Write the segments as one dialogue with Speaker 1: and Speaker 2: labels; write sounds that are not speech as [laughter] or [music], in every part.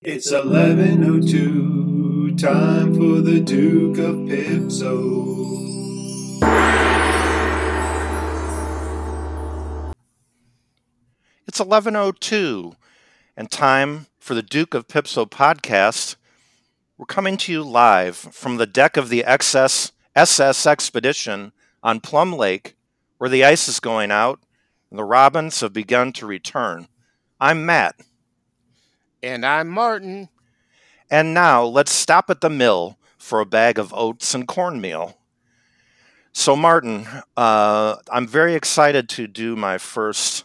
Speaker 1: It's 1102, time for the Duke of Pipso.
Speaker 2: It's 11:02 and time for the Duke of Pipso podcast. We're coming to you live from the deck of the XS SS Expedition on Plum Lake where the ice is going out and the robins have begun to return. I'm Matt.
Speaker 3: And I'm Martin.
Speaker 2: And now let's stop at the mill for a bag of oats and cornmeal. So, Martin, uh, I'm very excited to do my first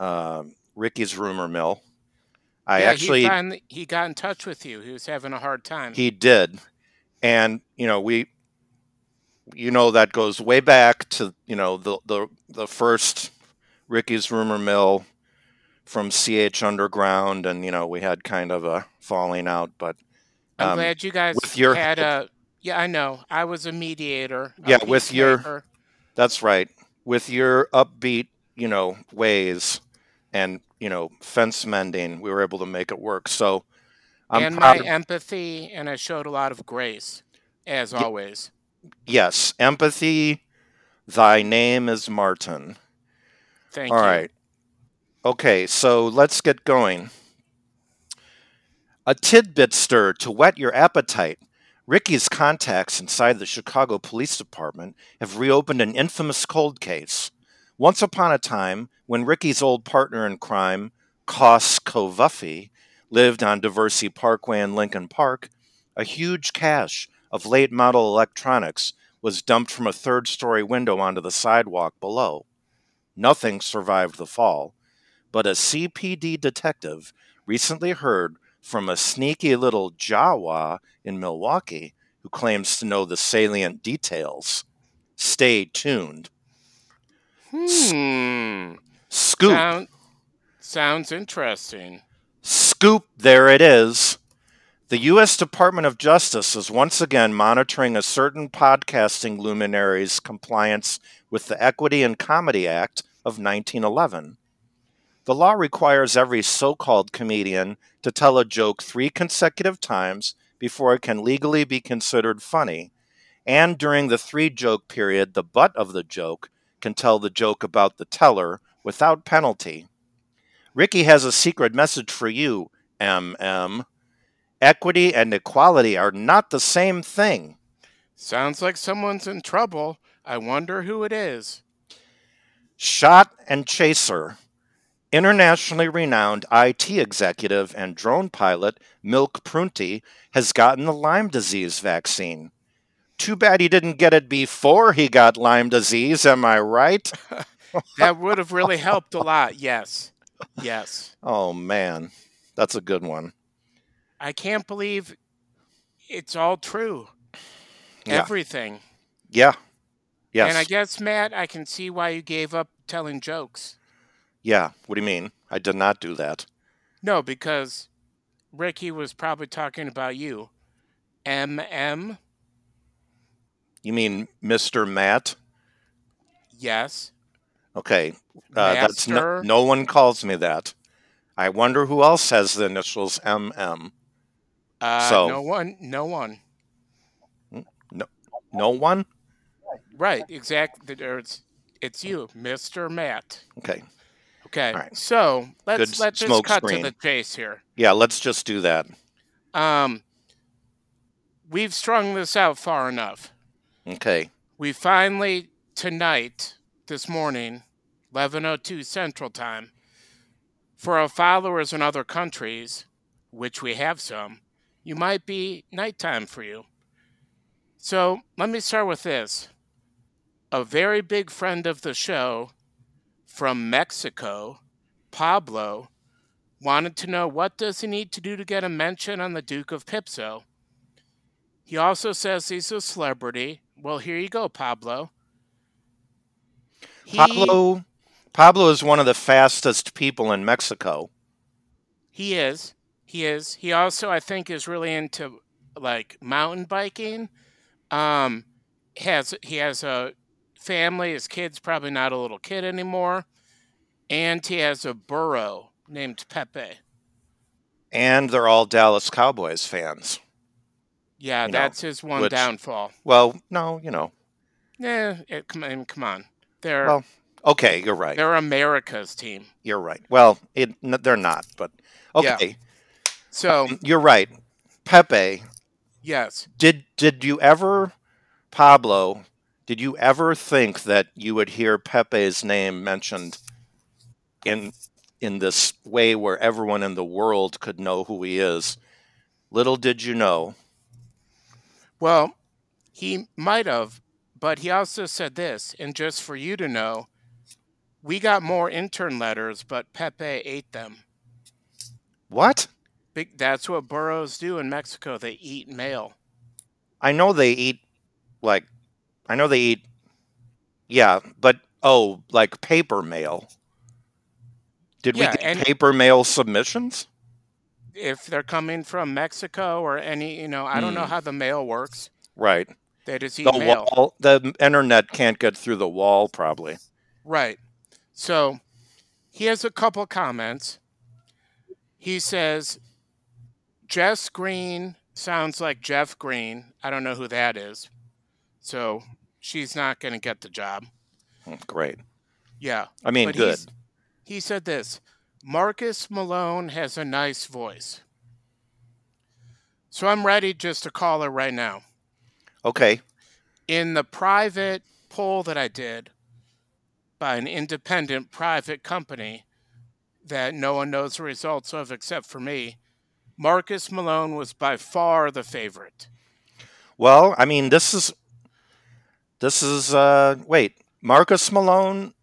Speaker 2: uh, Ricky's Rumor Mill. I
Speaker 3: yeah,
Speaker 2: actually
Speaker 3: he, finally, he got in touch with you. He was having a hard time.
Speaker 2: he did, and you know we, you know that goes way back to you know the the the first Ricky's Rumor Mill from CH Underground, and you know we had kind of a falling out, but
Speaker 3: I'm
Speaker 2: um,
Speaker 3: glad you guys
Speaker 2: with your
Speaker 3: had a. Yeah, I know. I was a mediator. a
Speaker 2: Yeah, with your-
Speaker 3: peacemaker.
Speaker 2: That's right. With your upbeat, you know, ways and, you know, fence mending, we were able to make it work. So I'm
Speaker 3: and
Speaker 2: proud.
Speaker 3: my empathy, and I showed a lot of grace, as
Speaker 2: Ye-
Speaker 3: always.
Speaker 2: yes, empathy. Thy name is Martin.
Speaker 3: Thank
Speaker 2: All
Speaker 3: you.
Speaker 2: right. Okay, so let's get going. A tidbit stir to whet your appetite. Ricky's contacts inside the Chicago Police Department have reopened an infamous cold case. Once upon a time, when Ricky's old partner in crime, Cos Covuffy, lived on Diversity Parkway in Lincoln Park, a huge cache of late model electronics was dumped from a third story window onto the sidewalk below. Nothing survived the fall, but a CPD detective recently heard from a sneaky little Jawa in Milwaukee who claims to know the salient details. Stay tuned.
Speaker 3: Hmm.
Speaker 2: Scoop,
Speaker 3: Sound, sounds interesting.
Speaker 2: scoop, there it is. The U.S. Department of Justice is once again monitoring a certain podcasting luminary's compliance with the Equity and Comedy Act of 1911. The law requires every so called comedian to tell a joke three consecutive times before it can legally be considered funny, and during the three joke period, the butt of the joke can tell the joke about the teller without penalty. Ricky has a secret message for you, MM. Equity and equality are not the same thing.
Speaker 3: Sounds like someone's in trouble. I wonder who it is.
Speaker 2: Shot and Chaser. Internationally renowned IT executive and drone pilot Milk Prunty has gotten the Lyme disease vaccine. Too bad he didn't get it before he got Lyme disease, am I right?
Speaker 3: That would have really helped a lot. Yes. Yes.
Speaker 2: Oh man, that's a good one.
Speaker 3: I can't believe it's all true.
Speaker 2: Yeah.
Speaker 3: Everything.
Speaker 2: Yeah. Yes.
Speaker 3: And I guess, Matt, I can see why you gave up telling jokes.
Speaker 2: yeah. What do you mean? I did not do that.
Speaker 3: No, because Ricky was probably talking about you. MM?
Speaker 2: You mean Mr. Matt?
Speaker 3: Yes.
Speaker 2: Okay. Uh, that's no,
Speaker 3: Master?
Speaker 2: no one calls me that. I wonder who else has the initials MM.
Speaker 3: Uh,
Speaker 2: So-
Speaker 3: No one. No one.
Speaker 2: No one?
Speaker 3: Right. Exactly. It's, it's you, Mr. Matt.
Speaker 2: Okay.
Speaker 3: Okay.
Speaker 2: All right.
Speaker 3: So let's
Speaker 2: Good
Speaker 3: let this
Speaker 2: smoke
Speaker 3: cut
Speaker 2: screen.
Speaker 3: to the chase here.
Speaker 2: Yeah, let's just do that.
Speaker 3: Um, we've strung this out far enough.
Speaker 2: Okay.
Speaker 3: we finally tonight this morning 1102 central time for our followers in other countries which we have some you might be nighttime for you so let me start with this a very big friend of the show from mexico pablo wanted to know what does he need to do to get a mention on the duke of pipso he also says he's a celebrity well here you go pablo He-
Speaker 2: Pablo Pablo is one of the fastest people in Mexico.
Speaker 3: He is. He is. He also, I think, is really into like mountain biking. Um, has he has a family. His kid's probably not a little kid anymore, and he has a burro named Pepe.
Speaker 2: and they're all Dallas Cowboys fans.
Speaker 3: Yeah,
Speaker 2: You know,
Speaker 3: that's his one
Speaker 2: which-
Speaker 3: downfall.
Speaker 2: Well, no, you know.
Speaker 3: Yeah, it, come, I mean, come on. They're
Speaker 2: Well, okay, you're right.
Speaker 3: they're America's team.
Speaker 2: You're right. Well, it, n- they're not, but
Speaker 3: Yeah.
Speaker 2: okay,
Speaker 3: So
Speaker 2: you're right. Pepe,
Speaker 3: yes,
Speaker 2: did did you ever, Pablo? Did you ever think that you would hear Pepe's name mentioned in in this way where everyone in the world could know who he is? Little did you know.
Speaker 3: well, he might have, but he also said this, and just for you to know, we got more intern letters, but Pepe ate them.
Speaker 2: What?
Speaker 3: Big, that's what burros do in Mexico. They eat mail.
Speaker 2: I know they eat like I know they eat yeah, but oh, like paper mail. Did
Speaker 3: Yeah,
Speaker 2: we get
Speaker 3: and-
Speaker 2: paper mail submissions?
Speaker 3: If they're coming from Mexico or any, you know, I don't know
Speaker 2: Hmm.
Speaker 3: how the mail works.
Speaker 2: Right.
Speaker 3: They just eat
Speaker 2: The
Speaker 3: mail.
Speaker 2: wall the internet can't get through the wall probably.
Speaker 3: Right. So he has a couple comments. He says, Jess Green sounds like Jeff Green. I don't know who that is. So she's not going to get the job.
Speaker 2: Hmm, Great.
Speaker 3: Yeah.
Speaker 2: I mean
Speaker 3: But
Speaker 2: good.
Speaker 3: he's- He said this Marcus Malone has a nice voice. So I'm ready just to call her right now.
Speaker 2: Okay.
Speaker 3: in the private poll that I did by an independent private company that no one knows the results of except for me, Marcus Malone was by far the favorite.
Speaker 2: Well, I mean this is this is uh wait, Marcus Malone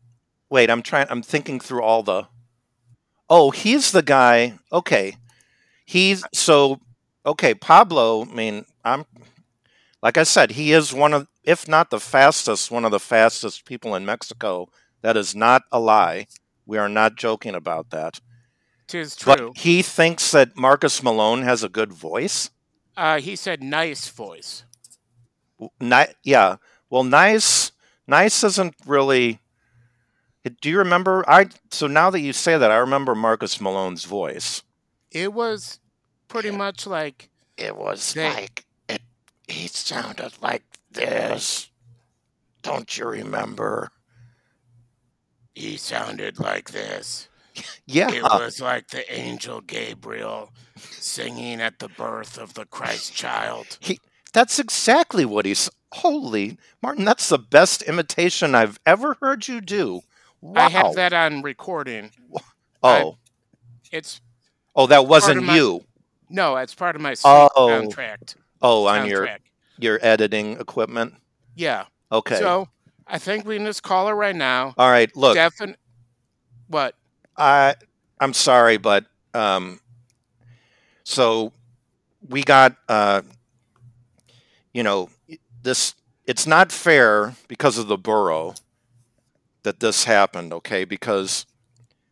Speaker 2: wait, I'm trying I'm thinking through all the Oh, he's the guy. Okay. He's so okay, Pablo, I mean, I'm like I said, he is one of if not the fastest, one of the fastest people in Mexico. That is not a lie. We are not joking about that.
Speaker 3: Tis true.
Speaker 2: But he thinks that Marcus Malone has a good voice.
Speaker 3: Uh, he said nice voice.
Speaker 2: Ni- yeah. Well, nice. Nice isn't really. Do you remember? I so now that you say that, I remember Marcus Malone's voice.
Speaker 3: It was pretty much like
Speaker 2: It was
Speaker 3: They-
Speaker 2: like it. He sounded like this. Don't you remember?
Speaker 3: he sounded like this.
Speaker 2: Yeah.
Speaker 3: It was like the angel Gabriel singing at the birth of the Christ child.
Speaker 2: That's exactly what he's. Holy Martin, that's the best imitation I've ever heard you do. Wow.
Speaker 3: I have that on recording.
Speaker 2: oh,
Speaker 3: It's
Speaker 2: oh, that wasn't
Speaker 3: my-
Speaker 2: you.
Speaker 3: No, it's part of my
Speaker 2: Oh.
Speaker 3: contract.
Speaker 2: Oh, on your
Speaker 3: contract.
Speaker 2: your editing equipment.
Speaker 3: Yeah.
Speaker 2: Okay.
Speaker 3: So I think we can just call her right now.
Speaker 2: All right. Look,
Speaker 3: Defin- what?
Speaker 2: I I'm sorry, but um, so we got uh, you know, this. It's not fair because of the borough that this happened. Okay, because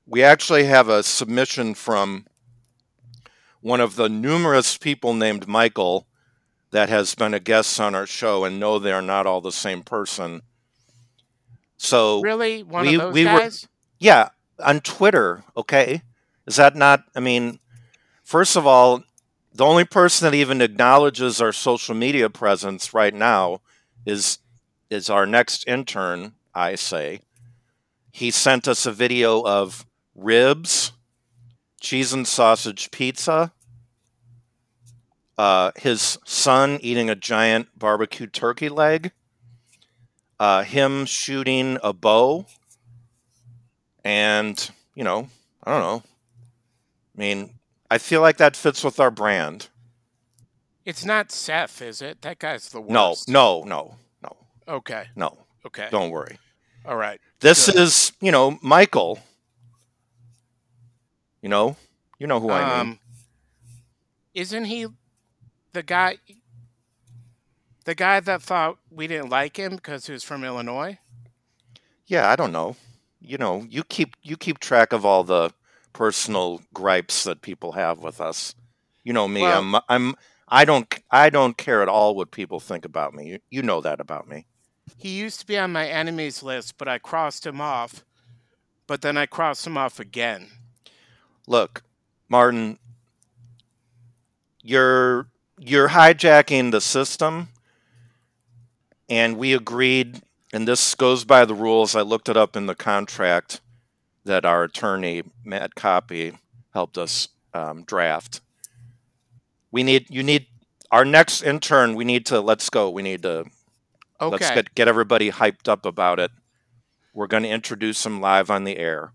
Speaker 2: we actually have a submission from one of the numerous people named Michael that has been a guest on our show, and no, they are not all the same person. So
Speaker 3: Really? One
Speaker 2: we-
Speaker 3: of those
Speaker 2: we were-
Speaker 3: guys?
Speaker 2: yeah, on Twitter, okay? Is that not I mean, first of all, the only person that even acknowledges our social media presence right now is is our next intern, I say. He sent us a video of ribs, cheese and sausage pizza, uh, his son eating a giant barbecue turkey leg, uh, him shooting a bow and you know, I don't know. I mean, I feel like that fits with our brand.
Speaker 3: It's not Seth, is it? That guy's the
Speaker 2: No,
Speaker 3: worst.
Speaker 2: no, no, no,
Speaker 3: Okay.
Speaker 2: no.
Speaker 3: Okay.
Speaker 2: Don't worry.
Speaker 3: All right.
Speaker 2: This
Speaker 3: Good.
Speaker 2: is, you know, Michael. You know, you know who I mean.
Speaker 3: Um, Isn't he the guy? The guy that thought we didn't like him because he was from Illinois.
Speaker 2: Yeah, I don't know. You know, you keep you keep track of all the personal gripes that people have with us. You know me.
Speaker 3: Well-
Speaker 2: I'm I'm I don't I don't care at all what people think about me. You, you know that about me.
Speaker 3: He used to be on my enemies list, but I crossed him off. But then I crossed him off again.
Speaker 2: Look, Martin, you're you're hijacking the system and we agreed and this goes by the rules i looked it up in the contract that our attorney matt copy helped us um, draft we need you need our next intern we need to let's go we need to let's
Speaker 3: Okay.
Speaker 2: get, get everybody hyped up about it we're going to introduce him live on the air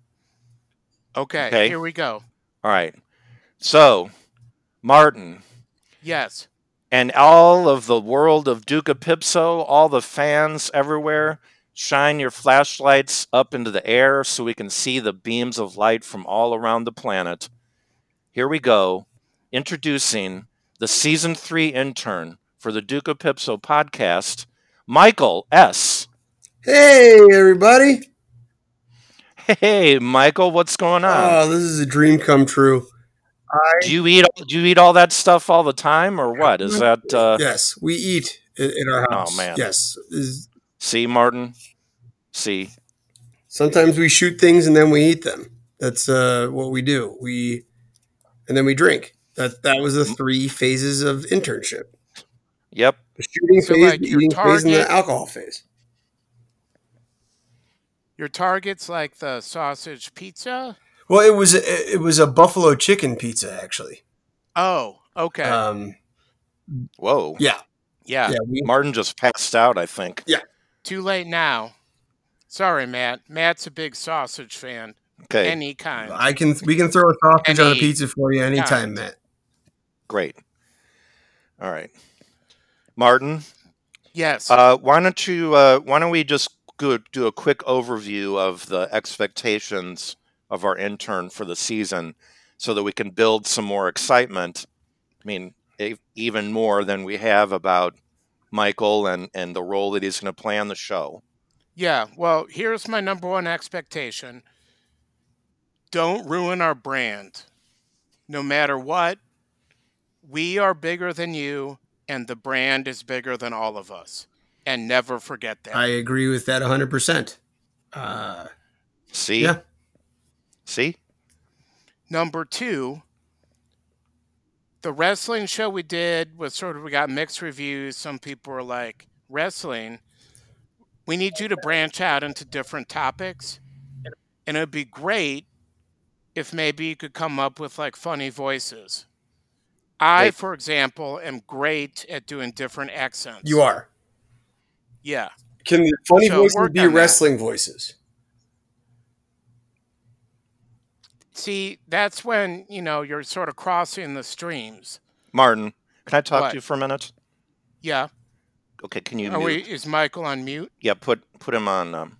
Speaker 3: okay.
Speaker 2: okay.
Speaker 3: Here we go.
Speaker 2: all right so martin
Speaker 3: Yes.
Speaker 2: and all of the world of Duca Pipso, all the fans everywhere, shine your flashlights up into the air so we can see the beams of light from all around the planet. Here we go, introducing the season three intern for the Duca Pipso podcast, Michael S.
Speaker 4: Hey, everybody.
Speaker 2: Hey, Michael, what's going on?
Speaker 4: Oh, this is a dream come true.
Speaker 2: do you eat? Do you eat all that stuff all the time, or what? Is that? Uh,
Speaker 4: yes, we eat i- in our
Speaker 2: Oh,
Speaker 4: house.
Speaker 2: man.
Speaker 4: Yes. Is-
Speaker 2: See, Martin. See,
Speaker 4: Sometimes we shoot things and then we eat them. That's uh, what we do. We and then we drink. That that was the
Speaker 3: Mm.
Speaker 4: three phases of internship:
Speaker 2: yep.
Speaker 4: the shooting
Speaker 3: So,
Speaker 4: phase,
Speaker 3: like,
Speaker 4: the
Speaker 3: your
Speaker 4: eating phase, and
Speaker 3: target-
Speaker 4: the alcohol phase.
Speaker 3: Your target's like the sausage pizza.
Speaker 4: Well, it was it it was a buffalo chicken pizza, actually.
Speaker 3: Oh, okay.
Speaker 4: Um,
Speaker 2: Whoa.
Speaker 4: yeah,
Speaker 3: yeah.
Speaker 4: yeah. We,
Speaker 2: Martin just passed out, I think.
Speaker 3: Too late now. Sorry, Matt. Matt's a big sausage fan.
Speaker 2: Okay,
Speaker 3: Any kind.
Speaker 4: I can we can throw a sausage on a
Speaker 3: Any-
Speaker 4: pizza for you anytime, Matt.
Speaker 2: great. All right, Martin.
Speaker 3: yes.
Speaker 2: Uh, why don't you? Uh, why don't we just go, do a quick overview of the expectations of our intern for the season, so that we can build some more excitement. I mean, e- even more than we have about Michael and and the role that he's going to play on the show.
Speaker 3: Yeah, well, here's my number one expectation don't ruin our brand. No matter what, we are bigger than you, and the brand is bigger than all of us. And never forget that.
Speaker 4: I agree with that 100%. Uh,
Speaker 2: See,
Speaker 4: Yeah.
Speaker 2: see,
Speaker 3: Number two, the wrestling show we did was sort of, we got mixed reviews. Some people were like, wrestling, we need you to branch out into different topics. And it would be great if maybe you could come up with like funny voices. I,
Speaker 2: Wait.
Speaker 3: for example, am great at doing different accents.
Speaker 4: you are.
Speaker 3: Yeah.
Speaker 4: Can the funny
Speaker 3: So
Speaker 4: voices
Speaker 3: work
Speaker 4: be
Speaker 3: on that.
Speaker 4: wrestling voices?
Speaker 3: See, that's when, you know, you're sort of crossing the streams.
Speaker 2: Martin. Can I talk
Speaker 3: What?
Speaker 2: to you for a minute?
Speaker 3: Yeah.
Speaker 2: Okay, can you?
Speaker 3: Are
Speaker 2: mute?
Speaker 3: we, is Michael on mute?
Speaker 2: yeah put put him on um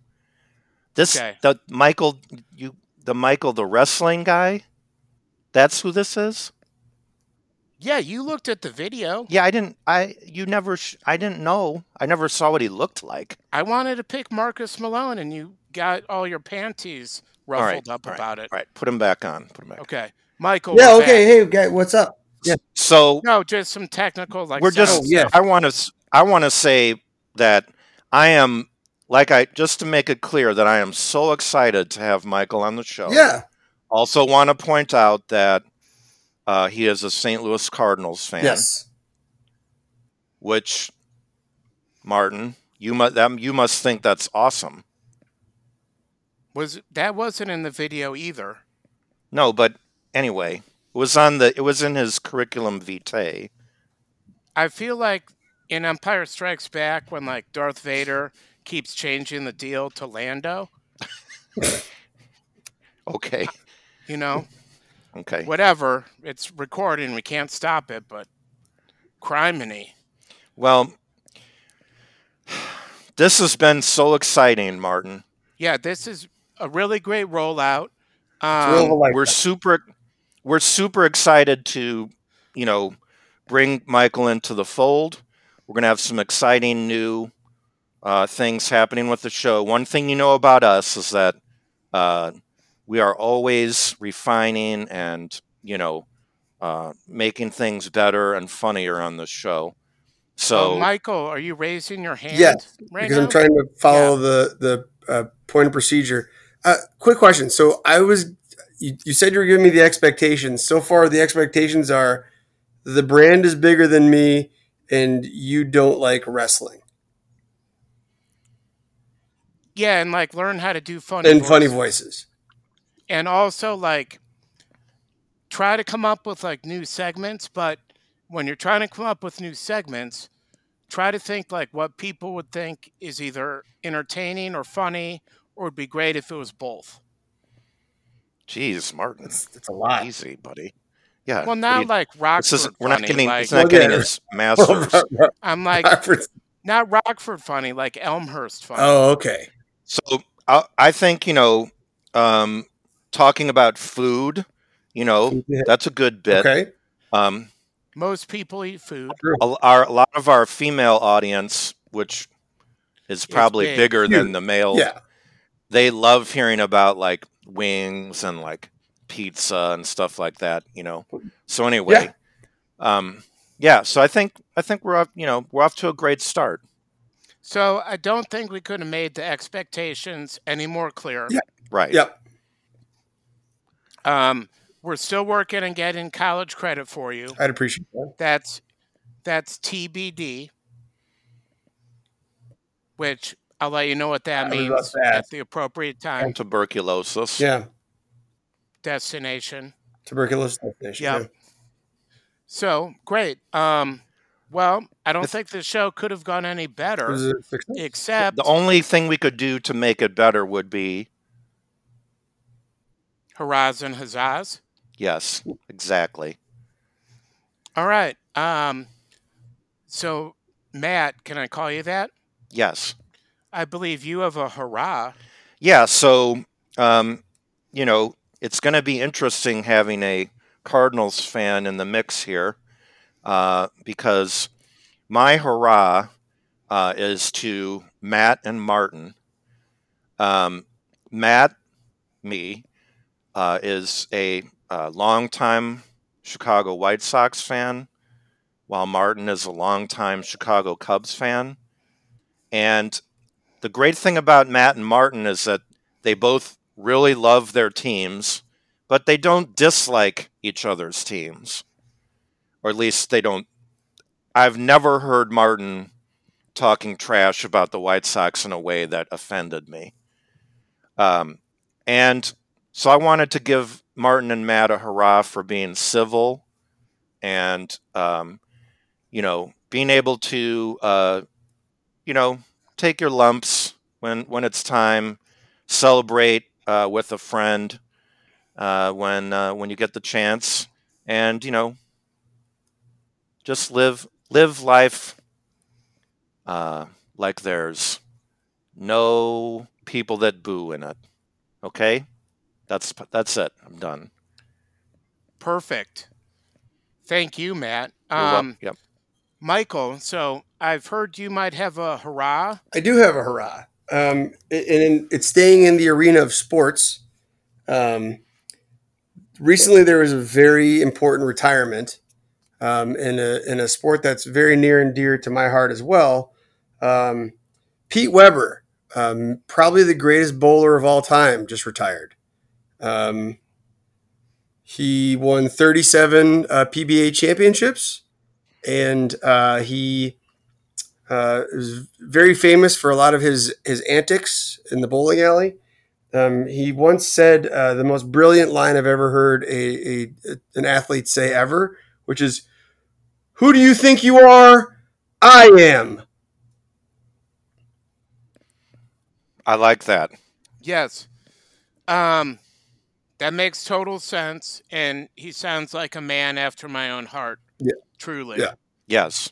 Speaker 2: this
Speaker 3: Okay.
Speaker 2: the michael you the michael the wrestling guy that's who this is
Speaker 3: Yeah, you looked at the video.
Speaker 2: yeah i didn't i you never sh- i didn't know i never saw what he looked like
Speaker 3: I wanted to pick Marcus Malone, and you got all your panties
Speaker 2: all
Speaker 3: ruffled
Speaker 2: right
Speaker 3: up
Speaker 2: all right,
Speaker 3: about it.
Speaker 2: all right put him back on put him back
Speaker 3: Okay. Michael.
Speaker 4: yeah,
Speaker 3: we're
Speaker 4: okay.
Speaker 3: back.
Speaker 4: Hey, guy, what's up? Yeah.
Speaker 2: so
Speaker 3: No, just some technical, like,
Speaker 2: we're just
Speaker 3: sound
Speaker 4: Oh, yeah.
Speaker 2: i want to i want to say that i am like i just to make it clear that i am so excited to have michael on the show
Speaker 4: Yeah.
Speaker 2: also want to point out that uh, he is a st louis cardinals fan
Speaker 4: Yes.
Speaker 2: which Martin, you must that, you must think that's awesome.
Speaker 3: was that wasn't in the video either.
Speaker 2: No, but anyway, it was on the it was in his curriculum vitae.
Speaker 3: I feel like in Empire Strikes Back, when like Darth Vader keeps changing the deal to Lando,
Speaker 2: Okay,
Speaker 3: you know,
Speaker 2: okay.
Speaker 3: whatever. It's recording. We can't stop it, but criminy.
Speaker 2: Well, this has been so exciting, Martin.
Speaker 3: Yeah, this is a really great rollout.
Speaker 4: Thrill of a
Speaker 3: Um,
Speaker 4: lifetime.
Speaker 2: we're super we're super excited to you know bring michael into the fold we're going to have some exciting new uh, things happening with the show one thing you know about us is that uh, we are always refining and you know uh, making things better and funnier on the show so
Speaker 3: oh, Michael, are you raising your hand
Speaker 4: Yes,
Speaker 3: right
Speaker 4: because
Speaker 3: now?
Speaker 4: I'm trying to follow the the uh, point of procedure. Uh, quick question. So I was, you, you said you were giving me the expectations. So far, the expectations are the brand is bigger than me and you don't like wrestling
Speaker 3: Yeah, and like learn how to do funny
Speaker 4: and funny
Speaker 3: voices.
Speaker 4: voices.
Speaker 3: and also like try to come up with like new segments but when you're trying to come up with new segments try to think like what people would think is either entertaining or funny or would be great if it was both
Speaker 2: Jeez, Martin,
Speaker 4: That's, that's a lot.
Speaker 2: easy, buddy. Yeah.
Speaker 3: well
Speaker 2: what
Speaker 3: now
Speaker 2: do you-
Speaker 3: like rockford
Speaker 2: this is we're
Speaker 3: funny.
Speaker 2: not getting
Speaker 3: like,
Speaker 2: it's not
Speaker 4: Well,
Speaker 2: getting
Speaker 4: there.
Speaker 2: his
Speaker 4: [laughs]
Speaker 2: masters. [laughs]
Speaker 3: i'm like not rockford funny like elmhurst funny
Speaker 4: oh, okay.
Speaker 2: So I, I think you know, um, talking about food, you know, that's a good bit.
Speaker 4: Okay.
Speaker 2: Um,
Speaker 3: most people eat food
Speaker 2: a, our, a lot of our female audience, which is probably
Speaker 3: big.
Speaker 2: bigger than the male,
Speaker 4: Yeah.
Speaker 2: they love hearing about like wings and like pizza and stuff like that. You know. So anyway, um, yeah. So I think I think we're off. You know, we're off to a great start.
Speaker 3: so i don't think we could have made the expectations any more clear
Speaker 4: Yeah.
Speaker 2: Right.
Speaker 4: Yep.
Speaker 3: um, we're still working and getting college credit for you
Speaker 4: I'd appreciate that.
Speaker 3: That's that's TBD, which I'll let you know what
Speaker 4: I
Speaker 3: that
Speaker 4: was about
Speaker 3: means
Speaker 4: to ask.
Speaker 3: at the appropriate time.
Speaker 2: Tuberculosis.
Speaker 4: Yeah.
Speaker 3: Destination.
Speaker 4: Tuberculosis definition.
Speaker 3: Yeah. So great. Um, well, I don't think the show could have gone any
Speaker 4: It was
Speaker 3: better,
Speaker 4: a success.
Speaker 3: except
Speaker 2: The only thing we could do to make it better would be
Speaker 3: Horizon Hazaz.
Speaker 2: yes, exactly.
Speaker 3: All right. Um, so Matt, can I call you that?
Speaker 2: Yes.
Speaker 3: I believe you have a hurrah.
Speaker 2: Yeah, so um, you know, it's going to be interesting having a Cardinals fan in the mix here uh, because my hurrah uh, is to Matt and Martin. Um, Matt, me, uh, is a uh, longtime Chicago White Sox fan, while Martin is a longtime Chicago Cubs fan. And the great thing about Matt and Martin is that they both really love their teams, but they don't dislike each other's teams. Or at least they don't. I've never heard Martin talking trash about the White Sox in a way that offended me. Um, and so I wanted to give Martin and Matt a hurrah for being civil and, um, you know, being able to, uh, you know, take your lumps when when it's time. Celebrate uh, with a friend uh, when uh, when you get the chance, and you know, just live live life uh, like there's no people that boo in it. Okay, that's that's it. I'm done.
Speaker 3: Perfect. Thank you, Matt.
Speaker 2: You're wel-
Speaker 3: Um,
Speaker 2: yep.
Speaker 3: Michael, so I've heard you might have a hurrah.
Speaker 4: I do have a hurrah. Um, and and it's staying in the arena of sports. Um, recently, there was a very important retirement um, in, a, in a sport that's very near and dear to my heart as well. Um, Pete Weber, um, probably the greatest bowler of all time, just retired. Um, he won 37 uh, PBA championships, and uh, he uh, is very famous for a lot of his his antics in the bowling alley. Um, he once said uh, the most brilliant line I've ever heard a, a, an athlete say ever, which is, "Who do you think you are? I am."
Speaker 2: I like that.
Speaker 3: Yes. Um, that makes total sense. And he sounds like a man after my own heart.
Speaker 4: Yeah.
Speaker 3: Truly.
Speaker 4: Yeah.
Speaker 2: Yes.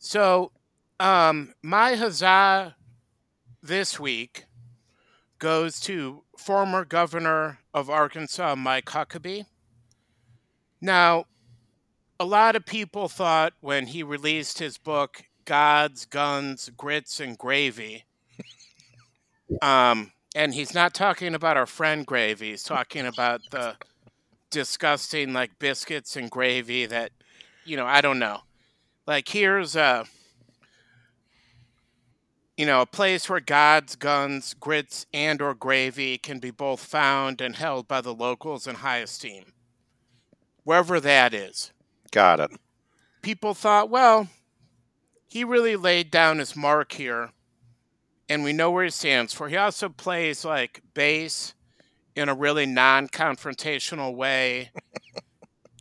Speaker 3: So, um, my huzzah this week goes to former governor of Arkansas, Mike Huckabee. Now, a lot of people thought when he released his book, Gods, Guns, Grits, and Gravy, um, and he's not talking about our friend gravy, he's talking about the disgusting, like, biscuits and gravy that, you know, I don't know. Like, here's a, you know, a place where gods, guns, grits, and or gravy can be both found and held by the locals in high esteem, wherever that is.
Speaker 2: Got it.
Speaker 3: people thought, well, he really laid down his mark here, and we know where he stands for. He also plays like bass in a really non confrontational way,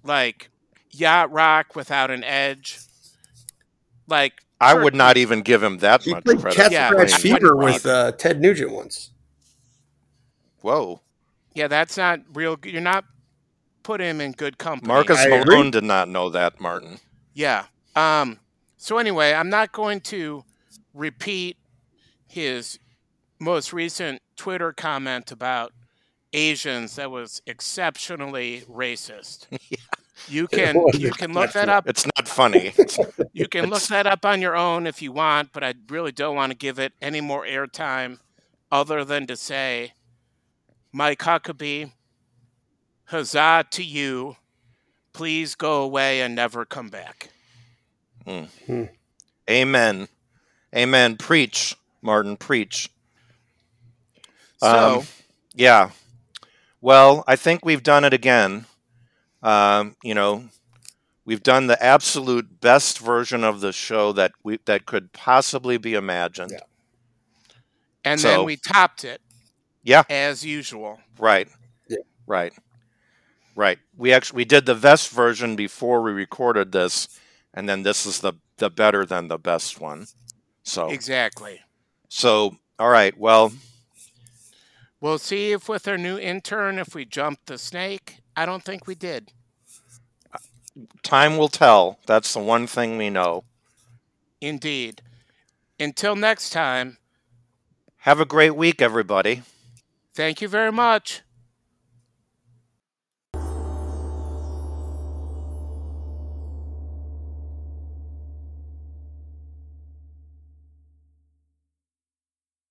Speaker 3: like yacht rock without an edge. Like,
Speaker 2: I
Speaker 3: Sure.
Speaker 2: would not even give him that
Speaker 4: He
Speaker 2: much
Speaker 4: played
Speaker 2: credit.
Speaker 4: Cat
Speaker 2: for
Speaker 3: Yeah,
Speaker 2: playing
Speaker 4: Scratch
Speaker 3: White
Speaker 4: Fever
Speaker 2: rock.
Speaker 4: with uh, Ted Nugent once.
Speaker 2: Whoa.
Speaker 3: yeah, that's not real. You're not put him in good company.
Speaker 2: Marcus
Speaker 4: I agree.
Speaker 2: Malone did not know that, Martin.
Speaker 3: Yeah. Um, so anyway, I'm not going to repeat his most recent Twitter comment about Asians that was exceptionally racist. You can
Speaker 4: was
Speaker 3: you can look that up.
Speaker 2: It's not funny.
Speaker 3: [laughs]
Speaker 2: It's-
Speaker 3: You can look
Speaker 2: It's-
Speaker 3: that up on your own if you want, but I really don't want to give it any more airtime other than to say Mike Huckabee, huzzah to you. Please go away and never come back.
Speaker 2: amen. Amen. Preach, Martin, preach.
Speaker 3: So
Speaker 2: Um, yeah. Well, I think we've done it again. Um, you know, we've done the absolute best version of the show that we that could possibly be imagined.
Speaker 4: Yeah.
Speaker 3: and
Speaker 2: so-
Speaker 3: then we topped it
Speaker 2: Yeah.
Speaker 3: as usual.
Speaker 2: Right.
Speaker 4: Yeah.
Speaker 2: Right. Right. We actually we did the best version before we recorded this, and then this is the the better than the best one. So
Speaker 3: Exactly.
Speaker 2: so all right. Well,
Speaker 3: We'll see if with our new intern if we jumped the snake. I don't think we did.
Speaker 2: time will tell. That's the one thing we know.
Speaker 3: Indeed. Until next time,
Speaker 2: Have a great week, everybody.
Speaker 3: thank you very much.